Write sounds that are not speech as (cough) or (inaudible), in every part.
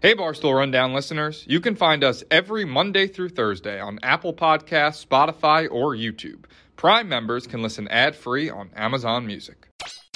Hey, Barstool Rundown listeners. You can find us every Monday through Thursday on Apple Podcasts, Spotify, or YouTube. Prime members can listen ad free on Amazon Music.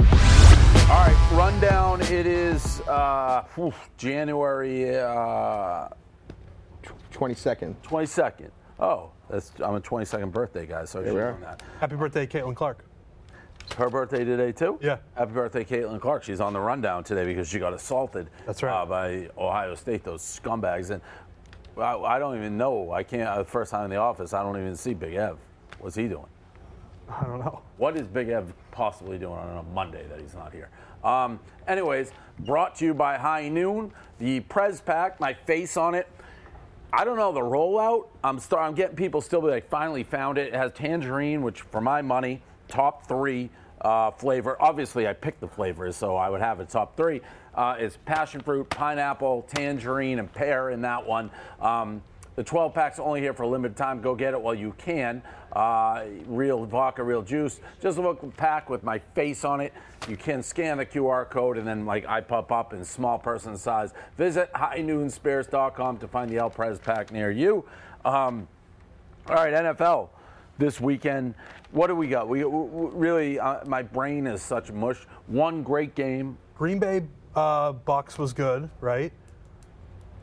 All right, rundown. It is uh, whew, January uh, 22nd. 22nd. Oh, that's, I'm a 22nd birthday guy, so I should we are. have known that. Happy birthday, Caitlin Clark. Her birthday today too. Yeah. Happy birthday, Caitlin Clark. She's on the rundown today because she got assaulted. That's right. uh, by Ohio State, those scumbags. And I, I don't even know. I can't. Uh, first time in the office, I don't even see Big Ev. What's he doing? I don't know. What is Big Ev possibly doing on a Monday that he's not here? Um, anyways, brought to you by High Noon, the Prez Pack, my face on it. I don't know the rollout. I'm start, I'm getting people still be like, finally found it. It has tangerine, which for my money, top three uh, flavor. Obviously, I picked the flavors, so I would have it top three. Uh, it's passion fruit, pineapple, tangerine, and pear in that one. Um, the 12 packs only here for a limited time. Go get it while you can. Uh, real vodka, real juice. Just a little pack with my face on it. You can scan the QR code and then like I pop up in small person size. Visit highnoonspirits.com to find the El Prez pack near you. Um, all right, NFL this weekend. What do we got? We, w- w- really, uh, my brain is such mush. One great game, Green Bay uh, Bucks was good, right?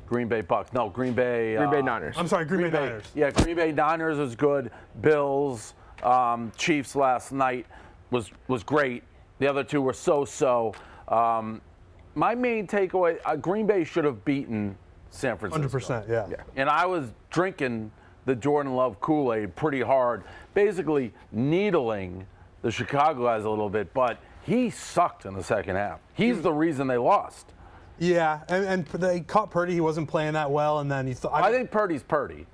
Green Bay Bucks. No, Green Bay. Green Bay uh, Niners. I'm sorry, Green, Bay, Niners. Yeah, Green Bay Niners was good. Bills, um, Chiefs last night was was great. The other two were so-so. Um, my main takeaway: uh, Green Bay should have beaten San Francisco. 100%, yeah. And I was drinking the Jordan Love Kool Aid pretty hard, basically needling the Chicago guys a little bit, but he sucked in the second half. He's the reason they lost. Yeah, and, and they caught Purdy. He wasn't playing that well, and then he thought. I think Purdy's Purdy.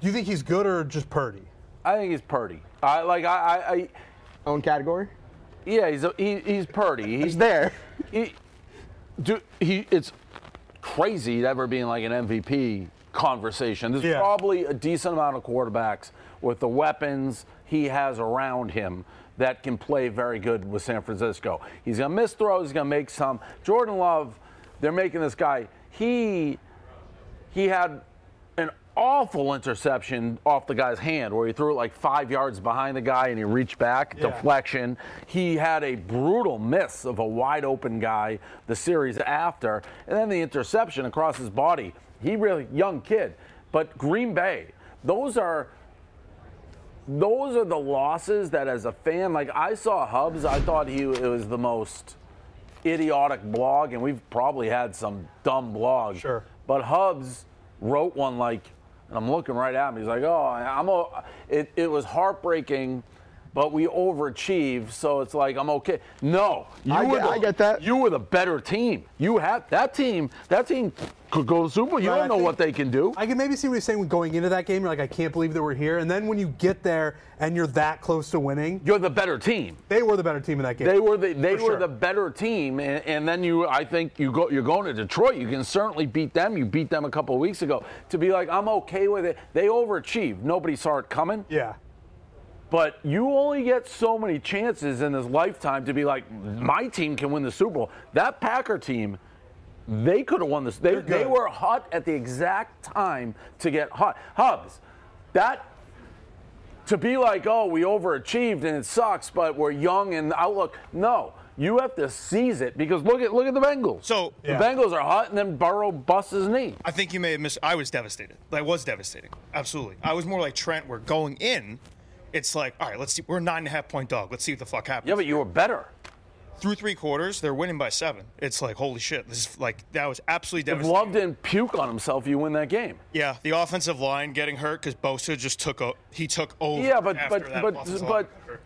Do you think he's good or just Purdy? I think he's Purdy. I like I, I, I Own category? yeah, he's a, he, he's Purdy. He's He's (laughs) there. He, do, he, it's crazy to ever be in like an MVP conversation. There's Yeah. probably a decent amount of quarterbacks with the weapons he has around him that can play very good with San Francisco. He's going to miss throws, he's going to make some. Jordan Love, they're making this guy. He he had an awful interception off the guy's hand where he threw it like five yards behind the guy and he reached back, deflection. He had a brutal miss of a wide open guy the series after, and then the interception across his body. He really young kid, but Green Bay. Those are those are the losses that as a fan, like I saw Hubs, I thought he it was the most idiotic blog, and we've probably had some dumb blogs. Sure. But Hubs wrote one like, and I'm looking right at him. He's like, "Oh, I- I'm a." It, it was heartbreaking, but we overachieved, so it's like I'm okay. No, you I were get- the- I get that. You were the better team. You had that team. That team could go to the Super. Bowl. You Right, don't I know think- what they can do. I can maybe see what he's saying when going into that game. You're like, I can't believe that we're here. And then when you get there and you're that close to winning, You're the better team. they were the better team in that game. They were the they For were sure. the better team, and, and then you I think you go you're going to Detroit. You can certainly beat them. You beat them a couple of weeks ago. To be like I'm okay with it. They overachieved. Nobody saw it coming. Yeah. But you only get so many chances in this lifetime to be like my team can win the Super Bowl. That Packer team. They could have won this. They, good. they were hot at the exact time to get hot. Hubs, that to be like, oh, we overachieved and it sucks, but we're young and outlook. No, you have to seize it because look at look at the Bengals. So- the Yeah. Bengals are hot, and then Burrow busts his knee. I think you may have missed. I was devastated. I was devastating. Absolutely. I was more like Trent, where going in, it's like, all right, let's see. We're a nine and a half point dog. Let's see what the fuck happens. Yeah, but you were better. Through three quarters, they're winning by seven. It's like, holy shit. This is like, that was absolutely If devastating. Love didn't puke on himself, you win that game. Yeah, the offensive line getting hurt because Bosa just took o- he took over. Yeah, but- after but- that but- offensive but- line got hurt.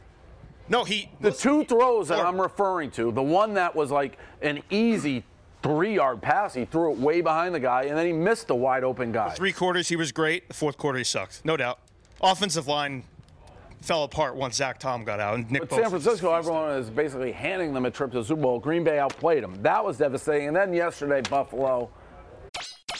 No, he. The two throws that Or- I'm referring to, the one that was like an easy three yard pass, he threw it way behind the guy, and then he missed the wide open guy. Three quarters, he was great. The fourth quarter, he sucked. No doubt. Offensive line fell apart once Zach Tom got out. And Nick But San Bosa was Francisco, confused. everyone is basically handing them a trip to the Super Bowl. Green Bay outplayed them. That was devastating. And then yesterday, Buffalo.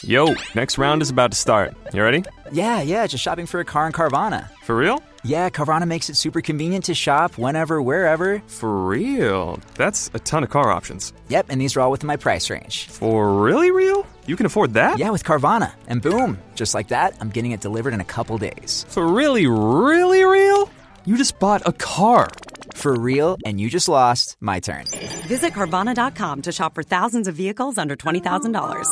Yo, next round is about to start. You ready? Yeah, yeah, just shopping for a car in Carvana. For real? Yeah, Carvana makes it super convenient to shop whenever, wherever. For real. That's a ton of car options. Yep, and these are all within my price range. For really real? You can afford that? Yeah, with Carvana. And boom, just like that, I'm getting it delivered in a couple days. For really, really real? You just bought a car. For real, and you just lost my turn. Visit Carvana.com to shop for thousands of vehicles under $20,000.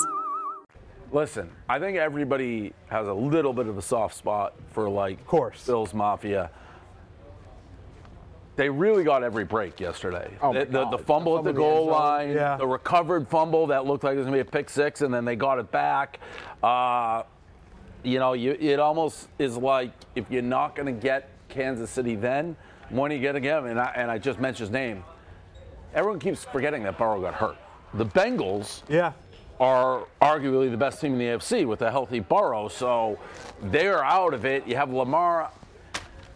Listen, I think everybody has a little bit of a soft spot for like course. Bills Mafia. They really got every break yesterday. Oh, the, my the, the fumble at God. the Fumble in the goal end zone. line, Yeah. the recovered fumble that looked like it was going to be a pick six, and then they got it back. Uh, you know, you, it almost is like if you're not going to get Kansas City then, when are you going to get him? And I, and I just mentioned his name. Everyone keeps forgetting that Burrow got hurt. The Bengals Yeah. are arguably the best team in the AFC with a healthy Burrow, so they're out of it. You have Lamar.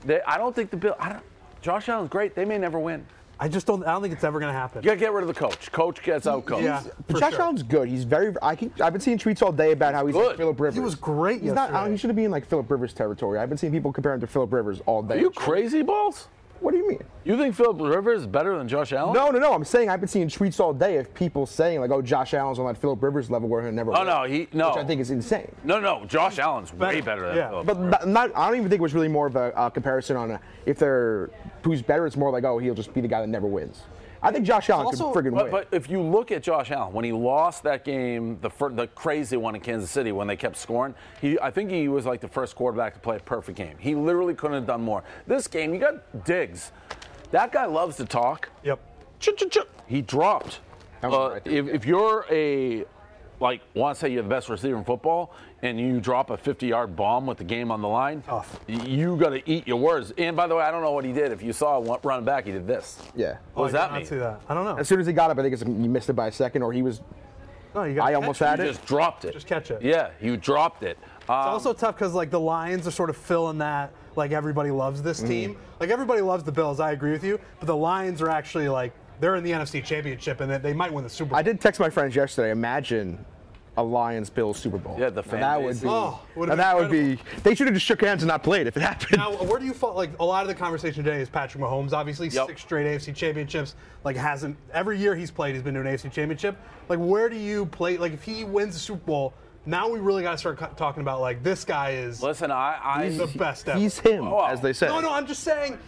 They, I don't think the Bill. I don't, Josh Allen's great. They may never win. I just don't. I don't think it's ever gonna happen. You gotta get rid of the coach. Coach gets out coached. Yeah. But for Josh sure. Allen's good. He's very. I keep, I've been seeing tweets all day about how he's Good. like Philip Rivers. was great He's not. I don't- yesterday. He should have been in like Philip Rivers territory. I've been seeing people compare him to Philip Rivers all day. Are you crazy, balls? What do you mean? You think Philip Rivers is better than Josh Allen? No, no, no. I'm saying I've been seeing tweets all day of people saying like, "Oh, Josh Allen's on that Philip Rivers level where he'll never." Oh win," no, he no. Which I think is insane. no, no. Josh Allen's way Better. better than Yeah. Philip. But not, not- I don't even think it was really more of a uh, comparison on uh if they're who's better. It's more like, oh, he'll just be the guy that never wins. I think Josh Allen Also- could friggin' win. But, but if you look at Josh Allen, when he lost that game, the fir- the crazy one in Kansas City when they kept scoring, he I think he was like the first quarterback to play a perfect game. He literally couldn't have done more. This game, you got Diggs. That guy loves to talk. Yep. Ch-ch-ch- He dropped. That was Uh, right there, if, if you're a like want to say you're the best receiver in football and you drop a 50-yard bomb with the game on the line, Tough. y- you got to eat your words. And by the way, I don't know what he did. If you saw one running back, he did this. yeah. What does I that cannot mean? See that. I don't know. As soon as he got up, I think it's, you missed it by a second, or he was. No, you gotta I catch almost it. had You it. just dropped it. Just catch it. Yeah, you dropped it. It's Um, also tough because like the Lions are sort of filling that. Like everybody loves this Mm-hmm. team. Like everybody loves the Bills. I agree with you. But the Lions are actually like they're in the NFC Championship and they, they might win the Super Bowl. I did text my friends yesterday. Imagine a Lions Bills Super Bowl. Yeah, the Now fan that base would is- be. Oh, would've and been that would be. They should have just shook hands and not played if it happened. Now, where do you fall? Like a lot of the conversation today is Patrick Mahomes. Obviously, Yep. six straight AFC championships. Like hasn't every year he's played, he's been to an AFC championship. Like where do you play? Like if he wins the Super Bowl, now we really got to start cu- talking about like this guy is listen, I, I the best ever. He's him, Oh, as they say. No, no, I'm just saying.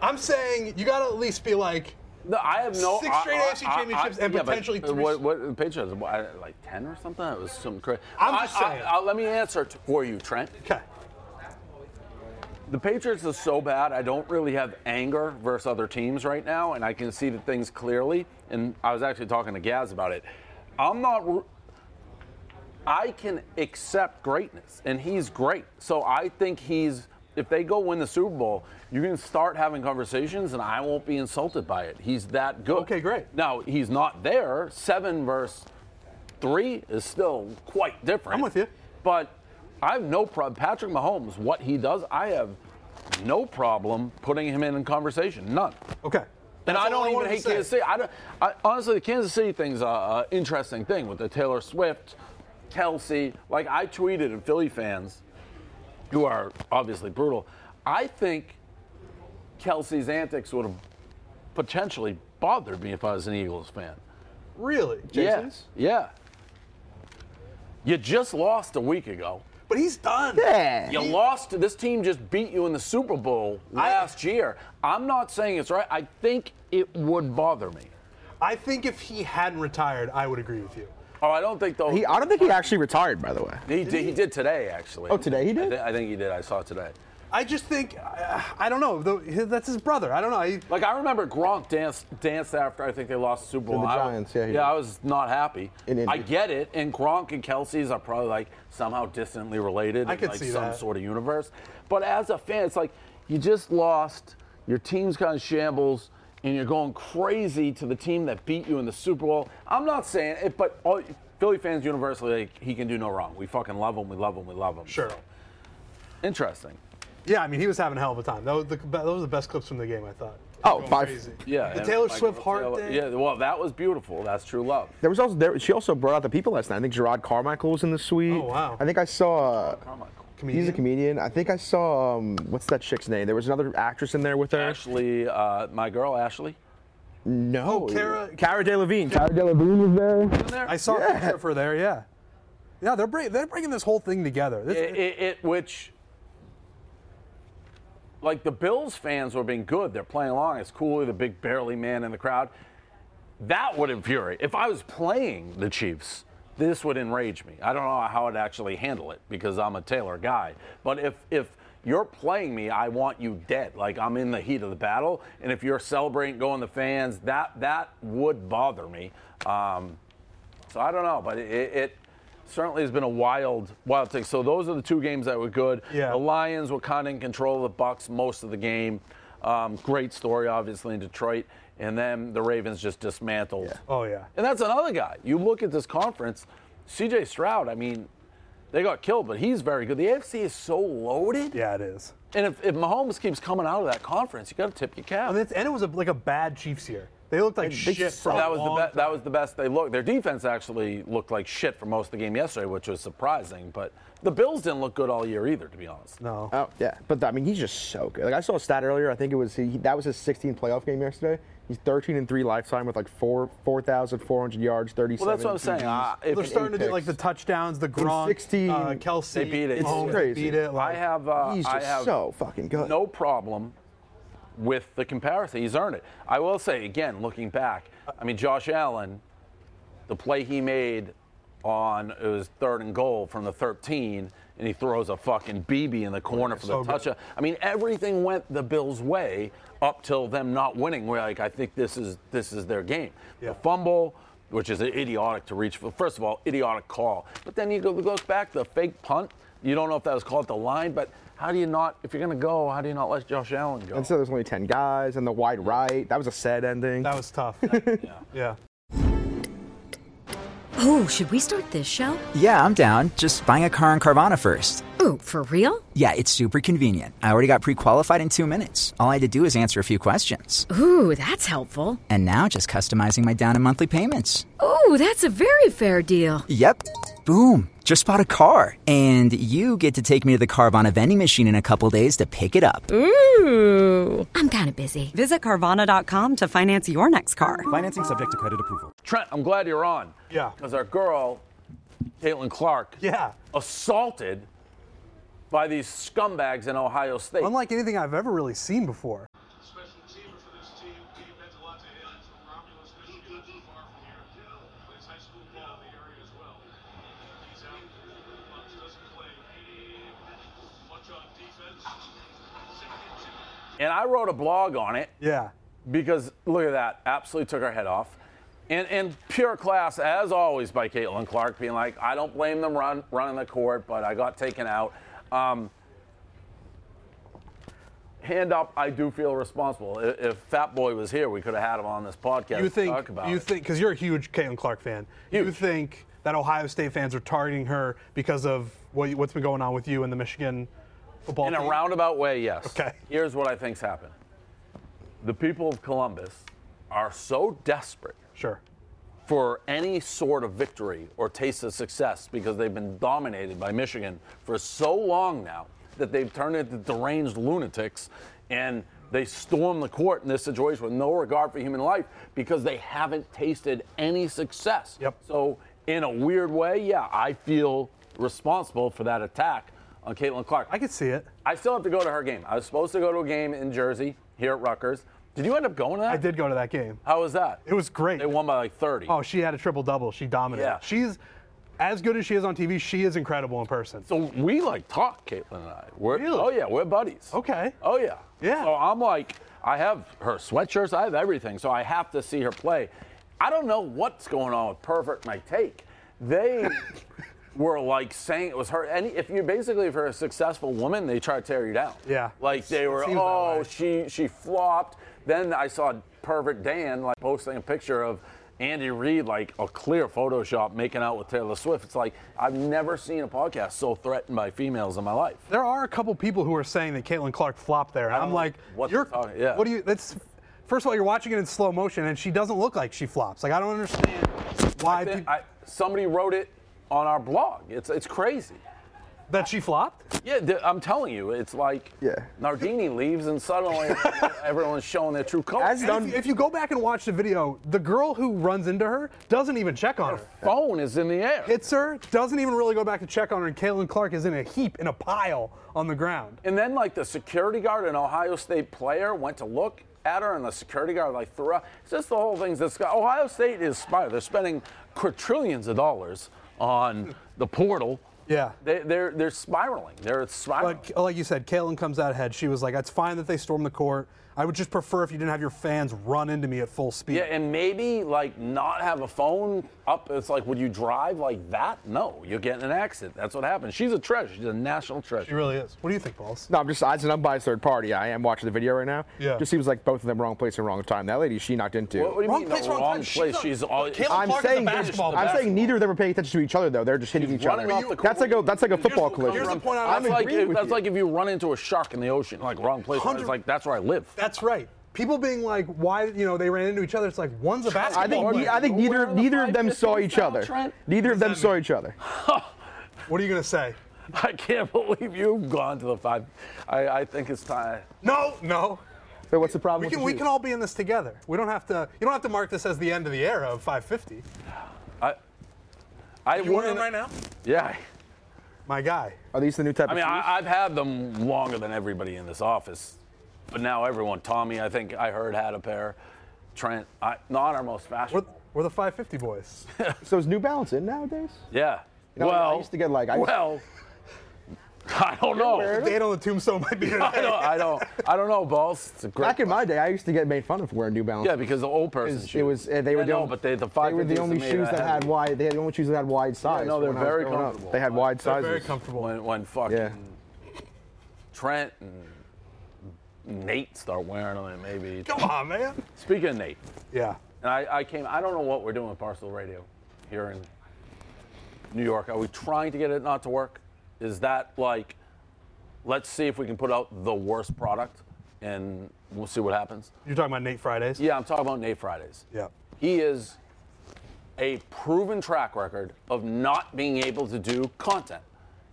I'm saying you got to at least be like. No, I have no Six straight I, I- AFC championships and but uh, potentially three- What, what the Patriots? what, I- like ten or something? It was some crazy. I'm just saying. let me answer t- for you, Trent. Okay. The Patriots is so bad. I don't really have anger versus other teams right now, and I can see the things clearly. And I was actually talking to Gaz about it. I'm not. ru- I can accept greatness, and he's great. So I think he's. If they go win the Super Bowl, you can start having conversations, and I won't be insulted by it. He's that good. Okay, great. Now he's not there. Seven versus three is still quite different. I'm with you. But I have no problem. Patrick Mahomes, what he does, I have no problem putting him in a conversation. None. Okay. And That's I all don't even wanted to hate say. Kansas City. I don't. I, honestly, the Kansas City thing's an interesting thing with the Taylor Swift, Kelsey. Like I tweeted at Philly fans, who are obviously brutal. I think Kelsey's antics would have potentially bothered me if I was an Eagles fan. Really? Yes. Yeah. You just lost a week ago. But he's done. Yeah. You lost. This team just beat you in the Super Bowl last year. I'm not saying it's right. I think it would bother me. I think if he hadn't retired, I would agree with you. Oh, I don't think though. He, I don't think he actually retired, by the way. He did, he did today, actually. Oh, today he did? I, thi- I think he did. I saw it today. I just think I, I don't know. though, his- That's his brother. I don't know. I, Like I remember Gronk danced danced after I think they lost the Super Bowl. the I- Giants, yeah, he yeah, did. I was not happy. In Indy. I get it. And Gronk and Kelsey's are probably like somehow distantly related. I in, could like see some that. sort of universe. But as a fan, it's like you just lost. Your team's kind of shambles, and you're going crazy to the team that beat you in the Super Bowl. I'm not saying it, but all, Philly fans universally, like, he can do no wrong. We fucking love him. We love him. We love him. Sure. So, interesting. Yeah, I mean, he was having a hell of a time. That was the, those were the best clips from the game, I thought. Oh, by, Yeah. The and, Taylor like, Swift heart Taylor- thing. Yeah. Well, that was beautiful. That's true love. There was also there, she also brought out the people last night. I think Gerard Carmichael was in the suite. Oh, wow. I think I saw. He's a Comedian? comedian. I think I saw um, what's that chick's name? There was another actress in there with her. Ashley, uh, my girl Ashley. No, Oh, Cara- Cara Delevingne. Cara Delevingne was there. I saw a picture of her there, yeah. Yeah, they're, bring, they're bringing this whole thing together. This, it, it, it which like the Bills fans were being good. They're playing along. It's Cooley, the big barely man in the crowd. That would infuriate. If I was playing the Chiefs, this would enrage me. I don't know how I'd actually handle it because I'm a Taylor guy. But if if you're playing me, I want you dead. Like I'm in the heat of the battle. And if you're celebrating, going the fans, that that would bother me. Um, so I don't know, but it, it certainly has been a wild, wild thing. So those are the two games that were good. Yeah. The Lions were kind of in control of the Bucks most of the game. Um, great story, obviously in Detroit, and then the Ravens just dismantled. oh, yeah. And that's another guy. You look at this conference, C.J. Stroud. I mean, they got killed, but he's very good. The AFC is so loaded. Yeah, it is. And if, if Mahomes keeps coming out of that conference, you got to tip your cap. And, it's, and it was a, like a bad Chiefs year. They looked like shit for a that was the long best. That was the best they looked. Their defense actually looked like shit for most of the game yesterday, which was surprising. But the Bills didn't look good all year either, to be honest. No. Oh yeah, but I mean he's just so good. Like I saw a stat earlier. I think it was he, that was his 16th playoff game yesterday. He's 13 and three lifetime with like four 4,400 yards, 37. Well, that's what I'm saying. Uh, if They're starting to do picks. like the touchdowns, the Gronk, 16 uh, Kelsey. They beat it. Mahomes, It's Oh, they crazy. Beat it. I Like, have, uh, he's just I have so fucking good. no problem with the comparison. He's earned it. I will say again, looking back, I mean Josh Allen, the play he made on it was third and goal from the 13, and he throws a fucking BB in the corner for the so good. touchdown. I mean everything went the Bills' way up till them not winning. We're like, I think this is this is their game. Yeah. The fumble. Which is idiotic to reach for. First of all, idiotic call. But then you go, goes back to the fake punt. You don't know if that was called at the line, but how do you not, if you're going to go, how do you not let Josh Allen go? And so there's only 10 guys and the wide right. That was a sad ending. that (laughs) was tough. yeah. Oh, should we start this show? Yeah, I'm down. Just buying a car on Carvana first. Oh, for real? Yeah, it's super convenient. I already got pre qualified in two minutes. All I had to do is answer a few questions. Ooh, that's helpful. And now just customizing my down and monthly payments. Ooh, that's a very fair deal. Yep. Boom. Just bought a car. And you get to take me to the Carvana vending machine in a couple days to pick it up. Ooh. I'm kind of busy. Visit Carvana.com to finance your next car. Financing subject to credit approval. Trent, I'm glad you're on. Yeah. Because our girl, Caitlin Clark, Yeah. assaulted by these scumbags in Ohio State. Unlike anything I've ever really seen before. Special achiever for this team. He meant a lot to him. He's from Romulus, Michigan, not too far from here. Plays high school ball in the area as well. He's out much, doesn't play much on defense. and I wrote a blog on it Yeah. because look at that, absolutely took our head off. And, and pure class, as always, by Caitlin Clark, being like, I don't blame them run, running the court, but I got taken out. Um, hand up, I do feel responsible. I- If, Fat Boy was here, we could have had him on this podcast You to think talk about you it. think because you're a huge Caitlin Clark fan. You Huge. think that Ohio State fans are targeting her because of what, you- what's been going on with you and the Michigan football In a team? roundabout way, yes. Okay. Here's what I think's happened. The people of Columbus are so desperate Sure. for any sort of victory or taste of success because they've been dominated by Michigan for so long now that they've turned into deranged lunatics and they storm the court in this situation with no regard for human life because they haven't tasted any success. Yep. So, in a weird way, yeah, I feel responsible for that attack on Caitlin Clark. I could see it. I still have to go to her game. I was supposed to go to a game in Jersey here at Rutgers. Did you end up going to that? I did go to that game. How was that? It was great. They won by like 30. Oh, she had a triple double. She dominated. Yeah. She's as good as she is on TV. She is incredible in person. So we like talk, Caitlin and I. We're, Really? Oh yeah, we're buddies. Okay. Oh yeah. Yeah. So I'm like, I have her sweatshirts, I have everything, so I have to see (laughs) her play. I don't know what's going on with Perfect My Take. They were like saying it was her. Any if you basically if you're a successful woman, they try to tear you down. Yeah. Like they It were, seems that oh, way." she she flopped. Then I saw Perfect Dan like posting a picture of Andy Reid like a clear Photoshop making out with Taylor Swift. It's like I've never seen a podcast so threatened by females in my life. There are a couple people who are saying that Caitlin Clark flopped there. And I'm like, what you're, the fuck- yeah. what do you, that's, first of all, you're watching it in slow motion and she doesn't look like she flops. Like, I don't understand why peop I, somebody wrote it on our blog. It's it's crazy. that she flopped. Yeah, th- I'm telling you, it's like Nardini leaves and (laughs) suddenly everyone's showing their true colors. And if, you, if you go back and watch the video, the girl who runs into her doesn't even check on her. phone is in the air. Hits her, doesn't even really go back to check on her, and Caitlin Clark is in a heap, in a pile on the ground. And then like the security guard, an Ohio State player, went to look at her, and the security guard like threw her. It's just the whole thing's this guy. Ohio State is smart. They're spending quadrillions of dollars on the portal. Yeah. They, they're they're spiraling. They're spiraling. But like you said, Kalen comes out ahead. She was like, "It's fine that they stormed the court. I would just prefer if you didn't have your fans run into me at full speed." yeah, and maybe like not have a phone up. It's like, would you drive like that? No, you're getting an accident. That's what happened. She's a treasure. She's a national treasure. She really is. What do you think, Pauls? No, I'm just as an unbiased third party. I am watching the video right now. Yeah. Just seems like both of them wrong place and wrong time. That lady, she knocked into. What, what do you mean the wrong place? She's all. I'm saying, I'm saying neither of them are paying attention to each other though. They're just hitting each other. running off the that's like a that's like a football collision. Here's the point I I'm that's like agreeing if, with that's you. like if you run into a shark in the ocean, like wrong place. It's like that's where I live. That's right. People being like, "Why?" You know, they ran into each other. It's like one's a basketball. I think player. I think neither neither of them saw each other. Neither of them saw each other. What are you gonna say? (laughs) I can't believe you've gone to the five. I, I think it's time. No, no. So what's the problem? We with can the we Chiefs? can all be in this together. We don't have to. You don't have to mark this as the end of the era of 550. I. I You want wouldn't- them right now? Yeah. My guy. Are these the new type I of mean, Chiefs? I, I've had them longer than everybody in this office, but now everyone. Tommy, I think I heard had a pair. Trent, I, not our most fashionable. We're the 550 (laughs) boys. so is New Balance in nowadays? yeah. You know, well, I used to get like I used- (laughs) well, (laughs) I don't know. Date on the tombstone might be. today. (laughs) I don't. I don't. I don't know, balls. It's a great. back in my day, I used to get made fun of for wearing New Balance. Yeah, because the old person It was, shoes. it was- uh, they were Yeah, the no, only, but they the they were the 550s only made shoes out that of had heavy. wide. They had the only shoes that had wide size. no, they're when I was very growing up. comfortable. They had wide They're sizes. very comfortable. when when fucking Yeah. Trent and Nate start wearing them, and maybe. Come on, man. Speaking of Nate, Yeah. and I, I came. I don't know what we're doing with Parcel Radio here in New York. Are we trying to get it not to work? Is that like, let's see if we can put out the worst product, and we'll see what happens. You're talking about Nate Fridays. Yeah, I'm talking about Nate Fridays. Yeah. He is a proven track record of not being able to do content.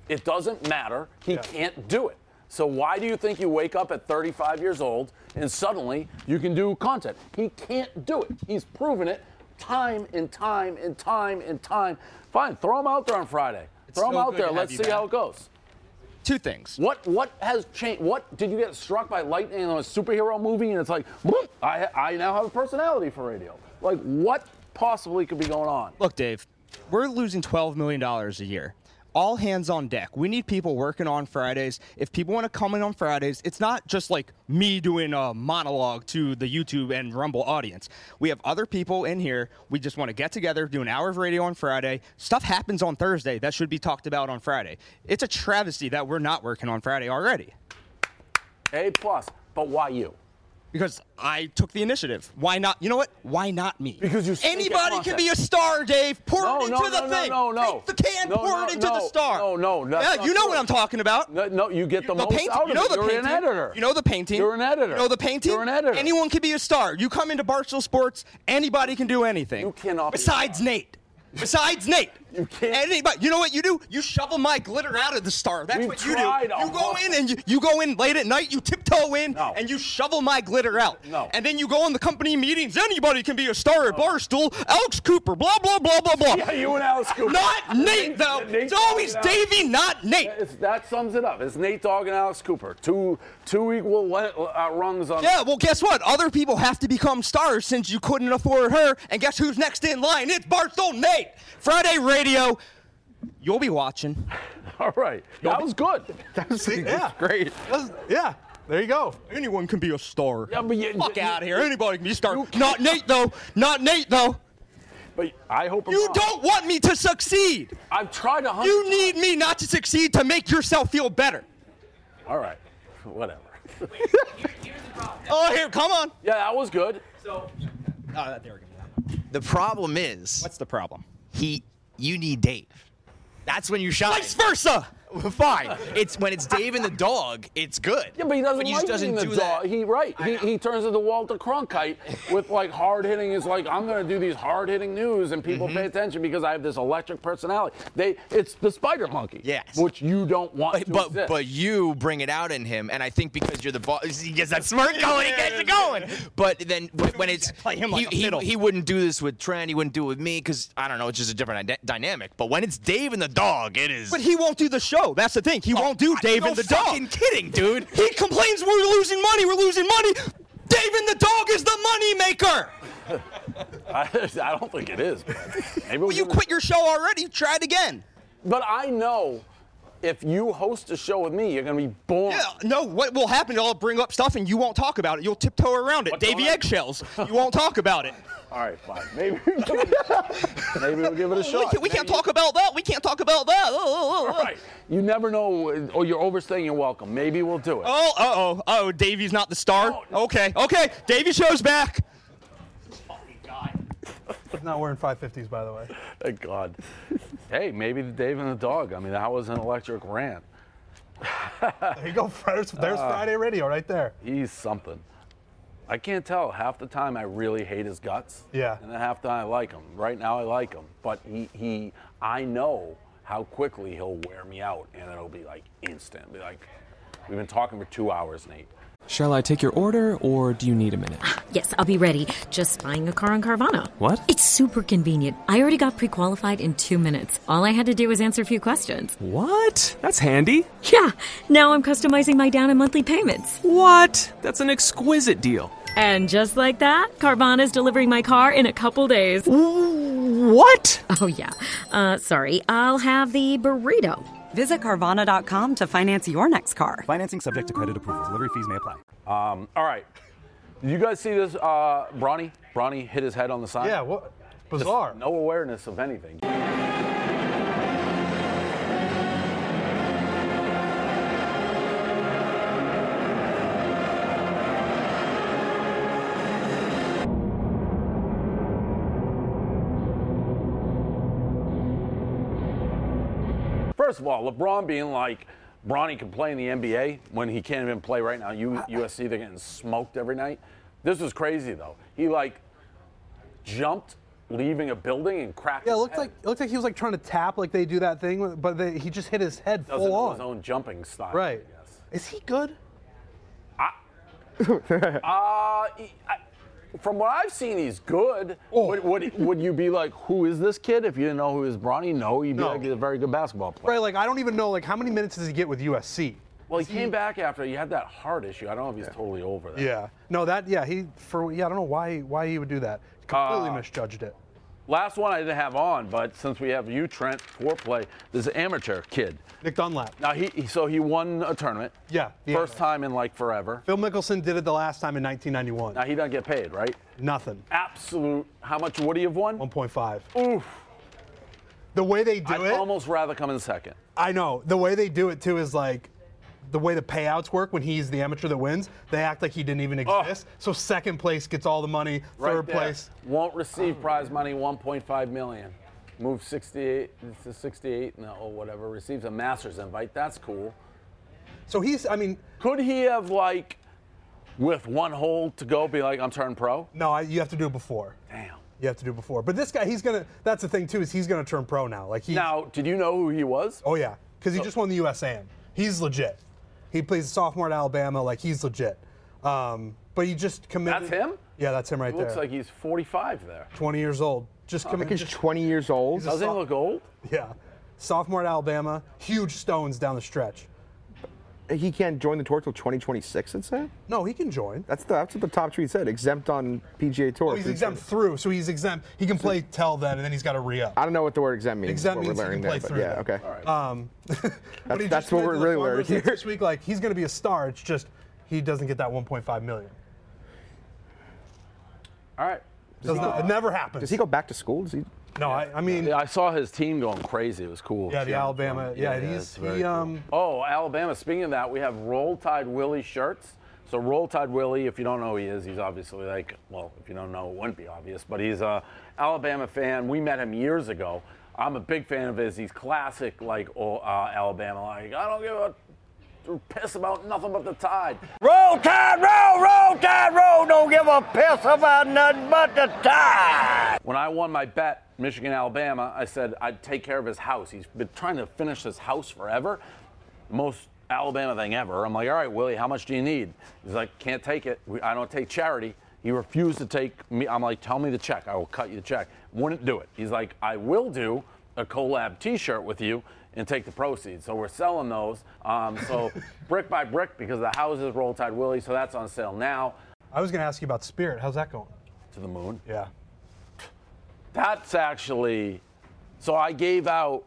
It doesn't matter. He Yeah. can't do it. So why do you think you wake up at 35 years old and suddenly you can do content? He can't do it. He's proven it time and time and time and time. Fine, throw him out there on Friday. throw him so out good to there. have Let's you see back. how it goes. Two things. What what has changed? What did you get struck by lightning on a superhero movie and it's like, whoop, I I now have a personality for radio. Like what possibly could be going on? Look, Dave, we're losing $12 million a year. All hands on deck. We need people working on Fridays. If people want to come in on Fridays, it's not just like me doing a monologue to the YouTube and Rumble audience. We have other people in here. We just want to get together, do an hour of radio on Friday. Stuff happens on Thursday that should be talked about on Friday. It's a travesty that we're not working on Friday already. A plus. But why you? Because I took the initiative. Why not? You know what? Why not me? Because you stink at anybody can content. be a star, Dave. Pour No, it into no, the no, no, thing. no, no. Take the can, No, pour no, it into no, the star. no, no, that's Yeah, not you know true. what I'm talking about. No, no, you get the, the most painting. out of You know it. the You're painting. an editor. You know the painting. You're an editor. You know the painting. You're an editor. Anyone can be a star. You come into Barstool Sports, anybody can do anything. You cannot be a Besides Nate. Besides Nate. You can't. Anybody. You know what you do? You shovel my glitter out of the star. That's We've what you do. tried a You go lot. in and you, you go in late at night. You tiptoe in No. and you shovel my glitter out. No. And then you go in the company meetings. Anybody can be a star at Barstool. Alex Cooper. Blah blah blah blah blah. Yeah, you and Alice Cooper. Not Nate though. Nate- it's always Nate- Davey, not Nate. It's, that sums it up. It's Nate Dogg and Alice Cooper. Two two equal le- uh, rungs on. Yeah, well, guess what? Other people have to become stars since you couldn't afford her. And guess who's next in line? It's Barstool Nate. Friday radio. You'll be watching. (laughs) All right. That was good. (laughs) yeah. Great. That's- yeah. There you go. Anyone can be a star. Yeah, but you- Fuck you- out of here. Anybody can be a star. you can't- Not Nate, though. Not Nate, though. But I hope I'm you wrong. don't want me to succeed. I've tried to. You need me not to succeed to make yourself feel better. All right, whatever. Oh, here, come on. Yeah, that was good. So, there we go. The problem is. What's the problem? He, you need Dave. That's when you shine. Vice versa. (laughs) Fine. It's when it's Dave and the dog. It's good. Yeah, but he doesn't When he like just doesn't being do the that. dog. He right. He, he turns into Walter Cronkite with like hard hitting. Is like I'm going to do these hard hitting news and people pay attention because I have this electric personality. They it's the spider monkey. Yes. Which you don't want. to But exist. but you bring it out in him, and I think because you're the boss, he gets that smirk going. He Yeah, gets it yeah, (laughs) going. But then when, when it's Play him like a he, fiddle. he, he wouldn't do this with Trent. He wouldn't do it with me because I don't know. It's just a different ide- dynamic. But when it's Dave and the dog, it is. Oh, But he won't do the show. That's the thing. He won't do Dave no and the dog. fucking kidding, dude. He complains we're losing money. We're losing money. Dave and the dog is the money maker. I, (laughs) I don't think it is. but Maybe Well, you quit your show already. Try it again. (laughs) But I know if you host a show with me, you're going to be boring. Yeah, Uh, no, what will happen is I'll bring up stuff and you won't talk about it. You'll tiptoe around it. Davy (laughs) eggshells. You won't talk about it. All right, fine. Maybe (laughs) maybe we'll give it a We, shot. can, we can't talk about that. We can't talk about that. Oh, oh, oh. All (laughs) right. You never know, or you're overstaying your welcome. Maybe we'll do it. Oh, uh oh. Oh, Davy's not the star. Okay, okay. Davy shows back. He's not wearing 550s, by the way. Thank God. hey, maybe the Dave and the dog. I mean, that was an electric rant. There you go. (laughs) There's, there's Ah. Friday radio right there. He's something. I can't tell. Half the time, I really hate his guts. Yeah. And then half the time, I like him. Right now, I like him. But he, he I know how quickly he'll wear me out, and it'll be like instant. Be like, we've been talking for two hours, Nate. Shall I take your order or do you need a minute? Yes, I'll be ready. Just buying a car on Carvana. What? It's super convenient. I already got pre qualified in two minutes. All I had to do was answer a few questions. What? That's handy. Yeah, now I'm customizing my down and monthly payments. What? That's an exquisite deal. And just like that, Carvana's delivering my car in a couple days. What? Oh, yeah. Uh, sorry, I'll have the burrito. Visit Carvana.com to finance your next car. Financing subject to credit approval. Delivery fees may apply. Um, all right. Did you guys see this? Uh, Bronny? Bronny hit his head on the sign. Yeah, what? Bizarre. no awareness of anything. First of all, LeBron being like, Bronny can play in the NBA when he can't even play right now. U- USC, they're getting smoked every night. This was crazy, though. He like jumped, leaving a building and cracked. Yeah, it his looked head. like it looked like he was like trying to tap, like they do that thing, but they, he just hit his head doesn't full know his on. own jumping style. Right. Is he good? Uh, he- I- from what I've seen, he's good. Oh. Would, would, would you be like, who is this kid? If you didn't know who is Bronny, no, you'd be No. like, he's a very good basketball player. Right, like I don't even know like how many minutes does he get with USC? Well, he came back after he had that heart issue. I don't know if he's totally over that. Yeah. No, that yeah, he for yeah, I don't know why why he would do that. Completely Uh, misjudged it. Last one I didn't have on, but since we have you, Trent, foreplay, this amateur kid. Nick Dunlap. Now he he- so he won a tournament. Yeah. the First amateur. time in like forever. Phil Mickelson did it the last time in 1991. Now he doesn't get paid, right? Nothing. Absolute. How much would he have won? 1.5. Oof. The way they do I'd it, almost rather come in second. I know. The way they do it too is like the way the payouts work when he's the amateur that wins, they act like he didn't even exist. So second place gets all the money, Right third there. place. Won't receive prize money 1.5 million. Move 68 to 68 no, or whatever. Receives a master's invite. That's cool. So he's I mean, Could he have like with one hole to go be like I'm turning pro? no, I, you have to do it before. Damn. You have to do it before. But this guy, he's gonna. That's the thing too, is he's gonna turn pro now. Like he. Now, did you know who he was? Oh yeah, because he just won the USAM. He's legit. He plays sophomore at Alabama. Like he's legit. Um, but he just committed. That's him? Yeah, that's him right He Oh, looks there. like he's 45 there. 20 years old. Just I think committed. he's 20 years old. Doesn't he look old? yeah, sophomore at Alabama. Huge stones down the stretch. He can't join the tour till 2026. It said. No, he can join. That's the, that's what the top tweet said. Exempt on PGA Tour. Oh, he's exempt through, so he's exempt. He can play till then, and then he's got to re up. I don't know what the word exempt means. Exempt what we're means he learning can play there, but through. yeah, okay. Um, (laughs) but he that's just what committed we're to the really learning Farmers League here. This week, like he's going to be a star. It's just he doesn't get that 1.5 million. All right. Does he not- go- it never happens. Does he go back to school? Does he? No, I, I mean, Yeah, I saw his team going crazy. It was cool. Yeah, the Cheering Alabama- for him. yeah, he's- it's very he, um, cool. Oh, Alabama. Speaking of that, we have Roll Tide Willie shirts. So Roll Tide Willie, if you don't know who he is, he's obviously like, well, if you don't know, it wouldn't be obvious, but he's a Alabama fan. We met him years ago. I'm a big fan of his. He's classic, like oh, uh, Alabama. Like I don't give a piss about nothing but the Tide. Roll Tide, roll, roll Tide, roll. Don't give a piss about nothing but the Tide. When I won my bet, Michigan, Alabama, I said I'd take care of his house. He's been trying to finish his house forever. Most Alabama thing ever. I'm like, all right, Willie, how much do you need? He's like, can't take it. We, I don't take charity. He refused to take me. I'm like, tell me the check. I will cut you the check. Wouldn't do it. He's like, I will do a collab T-shirt with you and take the proceeds. So we're selling those. Um, so brick by brick because the houses roll tide Willie. So that's on sale now. I was going to ask you about Spirit. How's that going? To the moon. Yeah. That's actually. So I gave out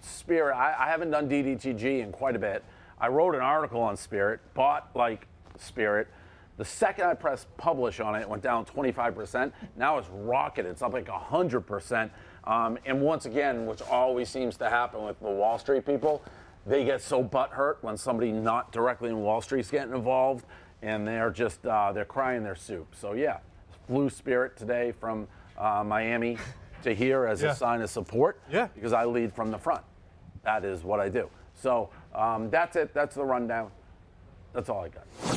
Spirit. I, I haven't done DDTG in quite a bit. I wrote an article on Spirit, bought like Spirit. The second I pressed publish on it, it went down 25%. Now it's rocketed. It's up like 100%. Um, and once again, which always seems to happen with the Wall Street people, they get so butthurt when somebody not directly in Wall Street's getting involved, and they're just uh, they're crying their soup. So yeah, flew Spirit today from uh, Miami to here as Yeah. a sign of support. Yeah. Because I lead from the front. That is what I do. So um, that's it. That's the rundown. That's all I got.